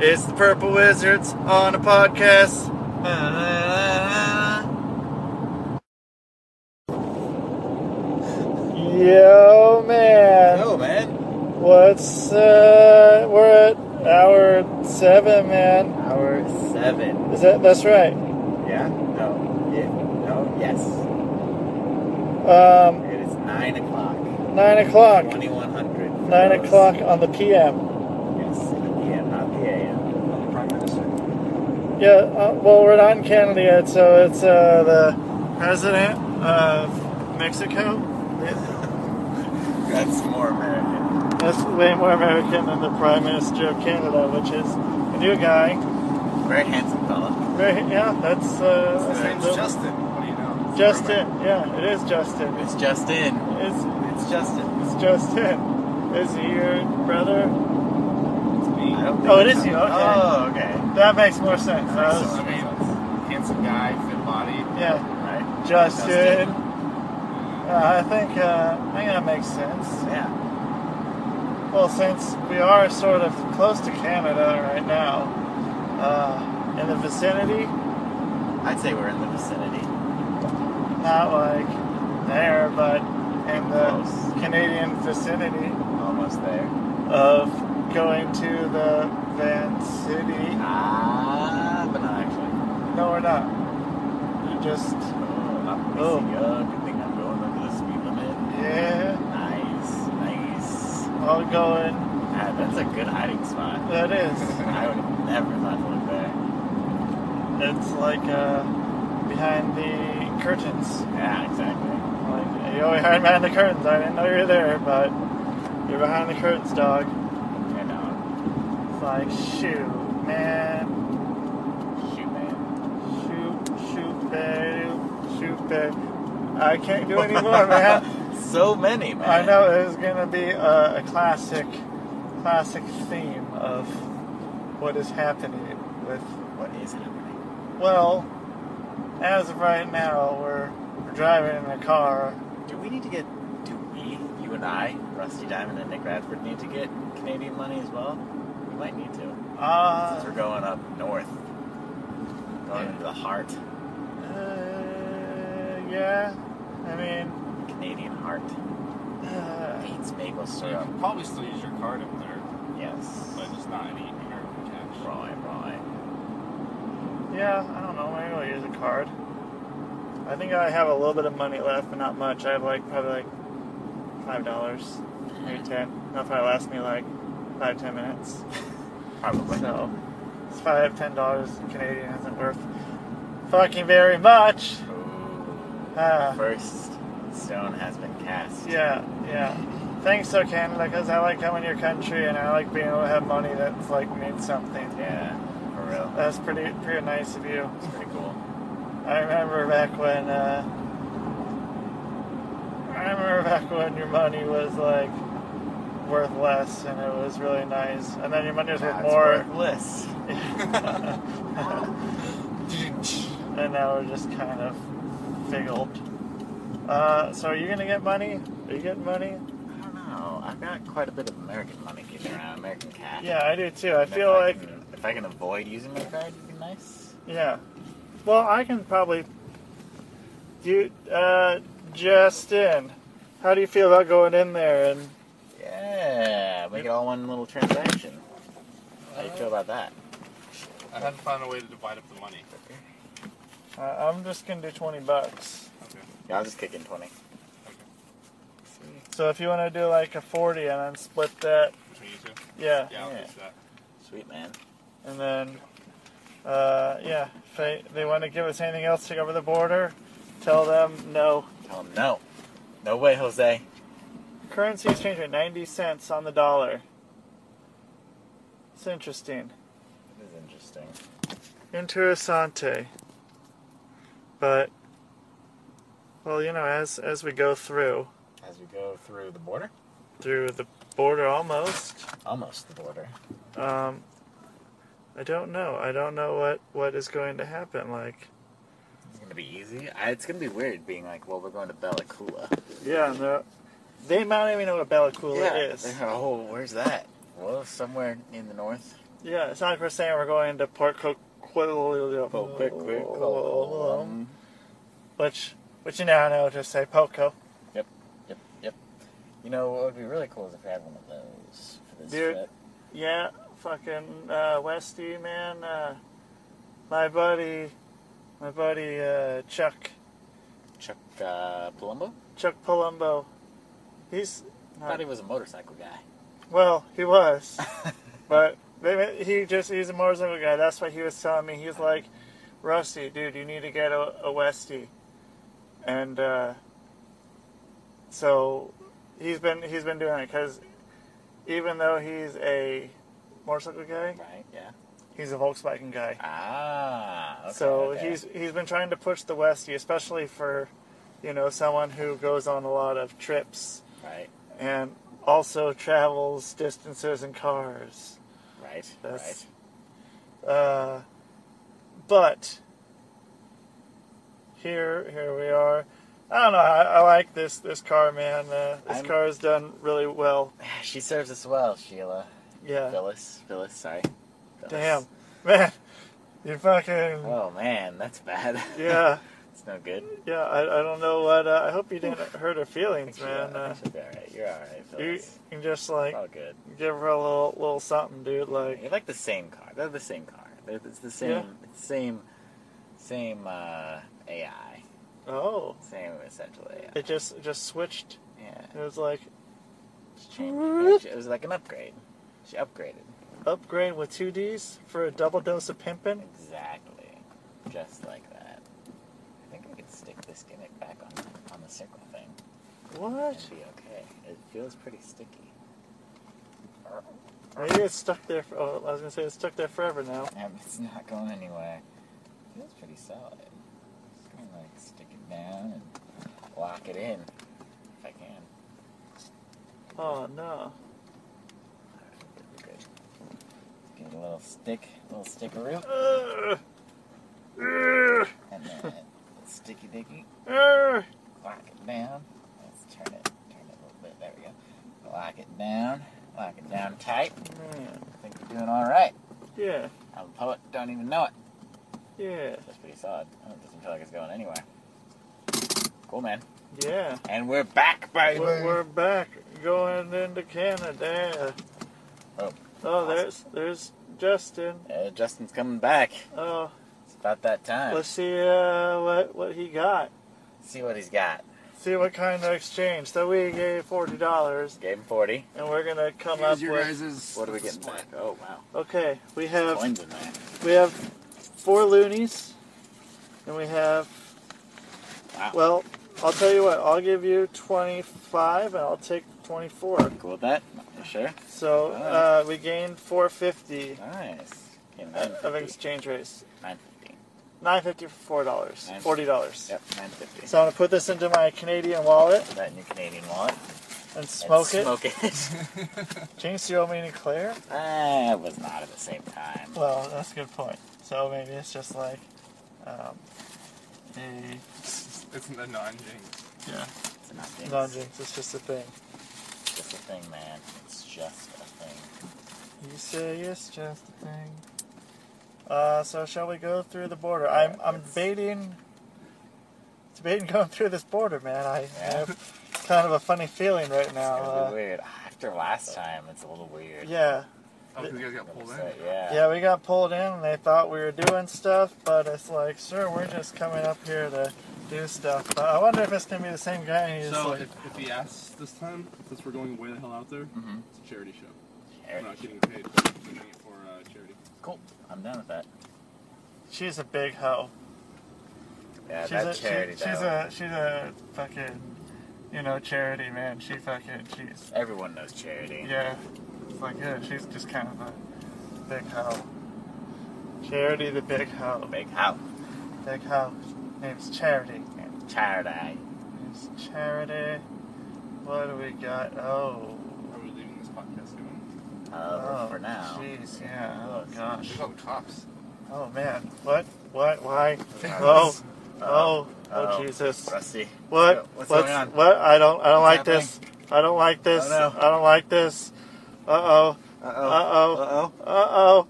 It's the Purple Wizards on a podcast. Yo, man. Yo, man. What's, uh, we're at hour seven, man. Hour seven. Is that, that's right. Yeah? No. Yeah. No. Yes. Um, It is nine o'clock. nine o'clock. 2100. for Nine those. o'clock on the PM. Yes. PM, not the AM. Prime Minister. Yeah, uh, well, we're not in Canada yet, so it's, uh, the president of Mexico. That's more American. That's way more American than the Prime Minister of Canada, which is a new guy. Very handsome fella. Very, yeah, that's uh, His name's the- Justin. What do you know? It's Justin. Roman. Yeah, it is Justin. It's Justin. It's, It's Justin. it's Justin. Is he your brother? It's me. I don't think Oh, it it's is you, him. okay. Oh, okay. That makes more sense. I So, was- I mean, handsome guy, fit body, yeah, right? Justin. Justin. Uh, I think uh, I think that makes sense. Yeah. Well, since we are sort of close to Canada right now, uh, in the vicinity, I'd say we're in the vicinity. not like there, but in the Close. Canadian vicinity Almost there. of going to the Van City. Ah, but not actually. No, we're not. You're just, Oh, I'm Oh. missing up. Good thing I'm going under the speed limit. yeah, Nice, nice. all going. Ah, that's a good hiding spot. That is. I would have never thought to look there. It's like uh, behind the curtains. Yeah, exactly. Like, you're behind behind the curtains. I didn't know you were there, but you're behind the curtains, dog. I know. It's like, shoot, man. Shoot, man. Shoot, shoot, babe, shoot, babe. I can't do anymore, man. so many, man. I know it's gonna be a, a classic, classic theme of what is happening with. What is happening? Well, as of right now, we're, we're driving in a car. Do we need to get? Do we, you and I, Rusty Diamond and Nick Radford, need to get Canadian money as well? We might need to. Since Uh, we're going up north. Going into the heart. uh, yeah. I mean, Canadian heart. uh, Beats maple So you syrup. can probably still use your card up there, Yes. but just not any American cash. Right, right. yeah. I don't know. Maybe I'll use a card. I think I have a little bit of money left, but not much. I have like probably like five dollars, maybe ten. That'll probably last me like five ten minutes. Probably. So it's five ten dollars Canadian isn't worth fucking very much. Ooh. Ah. First stone has been cast. Yeah, yeah. Thanks, though, Canada, because I like coming to your country and I like being able to have money that's like means something. Yeah, for real. That's pretty pretty nice of you. It's pretty cool. I remember back when uh, I remember back when your money was like worth less and it was really nice, and then your money was worth That's more, worthless. and now we're just kind of figgled. Uh, so are you gonna get money? Are you getting money? I don't know. I've got quite a bit of American money kicking around, American cash. Yeah, I do too. I And feel if like can, if I can avoid using my card, it'd be nice. Yeah. Well, I can probably. You, uh, Justin, how do you feel about going in there? And Yeah, make it all one little transaction. How do you feel about that? I had to find a way to divide up the money. uh, I'm just gonna do 20 bucks. Okay. Yeah, I'll just kick in 20. So if you want to do like a 40 and then split that, Between you two? yeah, Yeah, I'll Yeah. fix that. Sweet, man. and then, uh, yeah, if they, they want to give us anything else to go over the border, tell them no. Tell him no. No way, Jose. Currency exchange rate 90 cents on the dollar. interesting. It is interesting. Interessante. But well, you know, as as we go through As we go through the border, through the border almost, almost the border. um I don't know. I don't know what what is going to happen like. It's gonna be easy. I, Uh, it's gonna be weird being like, well, we're going to Bella Coola. Yeah, no. They might not even know what Bella Coola is. they're- Oh, where's that? Well, somewhere in the north. Yeah, it's not like we're saying we're going to Port Oh, um, Coquitlam, um, which which you now know to say Poco. Yep, yep, yep. You know what would be really cool is if we had one of those for this Dude. trip. Yeah, fucking uh, Westy man. Uh, my buddy, my buddy uh, Chuck Chuck uh, Palumbo? Chuck Palumbo. He's uh, I thought he was a motorcycle guy. well, he was, but they, he just he's a motorcycle guy. That's what he was telling me. He's like, Rusty, dude, you need to get a, a Westy, and uh, so he's been he's been doing it because even though he's a motorcycle guy, Right, yeah. he's a Volkswagen guy. Ah, okay, so okay. he's he's been trying to push the Westie, especially for you know someone who goes on a lot of trips Right, and also travels distances in cars. right, That's- right. Uh, but here here we are. I don't know. I, I like this this car, man. Uh, this I'm- car is done really well. She serves us well, Sheila. Yeah. Phyllis, Phyllis, sorry. Phyllis. Damn, man, you fucking Oh man, that's bad. yeah. it's no good. Yeah, I, I don't know what. Uh, I hope you didn't hurt her feelings, Sheila, man. Uh, she'll be alright. You're alright, you Phyllis. can just like It's all good. give her a little little something, dude. You're Like, like the same car. They're the same car. They're, it's the same, Yeah. it's the same, same uh, AI. oh, Same essential AI. it just it just switched. Yeah. It was like She changed- It was like an upgrade. She upgraded. upgrade with two D's for a double dose of pimpin. Exactly. Just like that. I think I could stick this gimmick back on on the circle thing and What? be okay. It feels pretty sticky. Maybe it's stuck there. For, oh, I was gonna say it's stuck there forever now. Um, it's not going anywhere. It feels pretty solid. Just gonna like stick it down and lock it in if I can. Oh no. I think it'll be good. Give it a little stick, little stickaroo, Ugh. Ugh. and then a sticky dicky. Ugh. lock it down. Let's turn it, turn it a little bit. There we go. Lock it down. Lock it down tight. Man. I think we're doing all right. Yeah. I'm a poet. Don't even know it. Yeah. That's pretty solid. Oh, it doesn't feel like it's going anywhere. Cool, man. Yeah. And we're back, baby. We're, we're back going into Canada. Oh, Oh, there's there's Justin. Uh, Justin's coming back. Oh, It's about that time. let's see uh, what what he got. see what he's got. See what kind of exchange. So we gave forty dollars, Game 40. and we're gonna come up with. What are we getting back? Oh, wow. Okay, we have Coins in there. we have four loonies, and we have. Wow. Well, I'll tell you what. I'll give you twenty five, and I'll take twenty four. Cool with that? You sure? So uh, we gained four fifty Nice. Came of 950. exchange rates. 950. Nine fifty for four dollars. Nine- Forty dollars. Yep, 950. So I'm gonna put this into my Canadian wallet Put that in your Canadian wallet. and and smoke it. Smoke it. Jinx, you owe me any clear? Ah, it was not at the same time. Well, that's a good point. So maybe it's just like, um, a It's a non-jinx. yeah, It's not things. non-jinx. It's just a thing. It's just a thing, man. It's just a thing. You say it's just a thing. Uh, so shall we go through the border? I'm I'm Yes. debating, debating going through this border, man. I Yeah. have kind of a funny feeling right now. It's gonna Uh, be weird. After last time, it's a little weird. yeah, Oh, 'cause you guys got pulled in. So, yeah. yeah. We got pulled in, and they thought we were doing stuff, but it's like, sir, we're just coming up here to do stuff. But I wonder if it's gonna be the same guy. And he's So like, if, if he asks this time, since we're going way the hell out there, Mhm. it's a charity show. Here. I'm not getting paid. We're doing it for uh, charity. Cool. I'm done with that. she's a big hoe. Yeah, she's that a, charity. she, she's though. a she's a fucking, you know, charity man. She fucking she's. Everyone knows charity. Yeah. It's like, yeah, she's just kind of a big hoe. Charity the big A hoe. big house. Big hoe. Name's Charity. Charity. Name's Charity. What do we got? Oh. Are we leaving this podcast going? Oh, for now. Jeez, yeah. Oh gosh. There's all the cops. Oh man. What? What? Why? Yeah, Oh. that's- Oh. Oh Oh. Jesus. Rusty. What? What's What's- going on? What? I don't. I don't What's like this. I don't like this. Oh, no. I don't like this. Uh oh. Uh Uh oh. Uh-oh. Uh oh.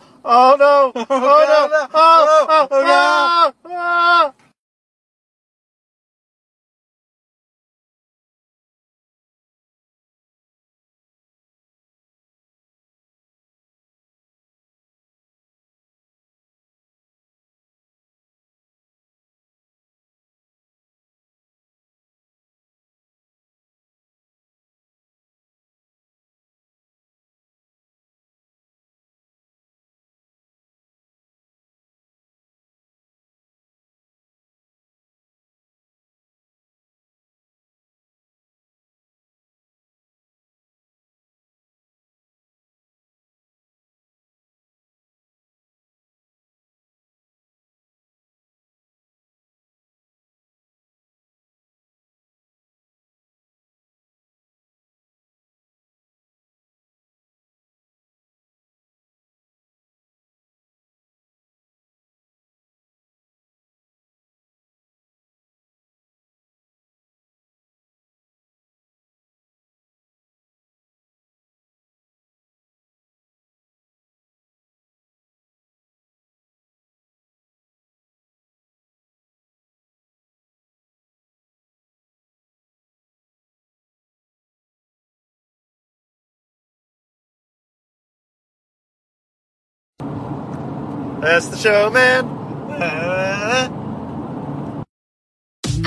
oh. Oh no. Oh no. no, no. Oh oh. Oh, no. ah, ah. That's the showman.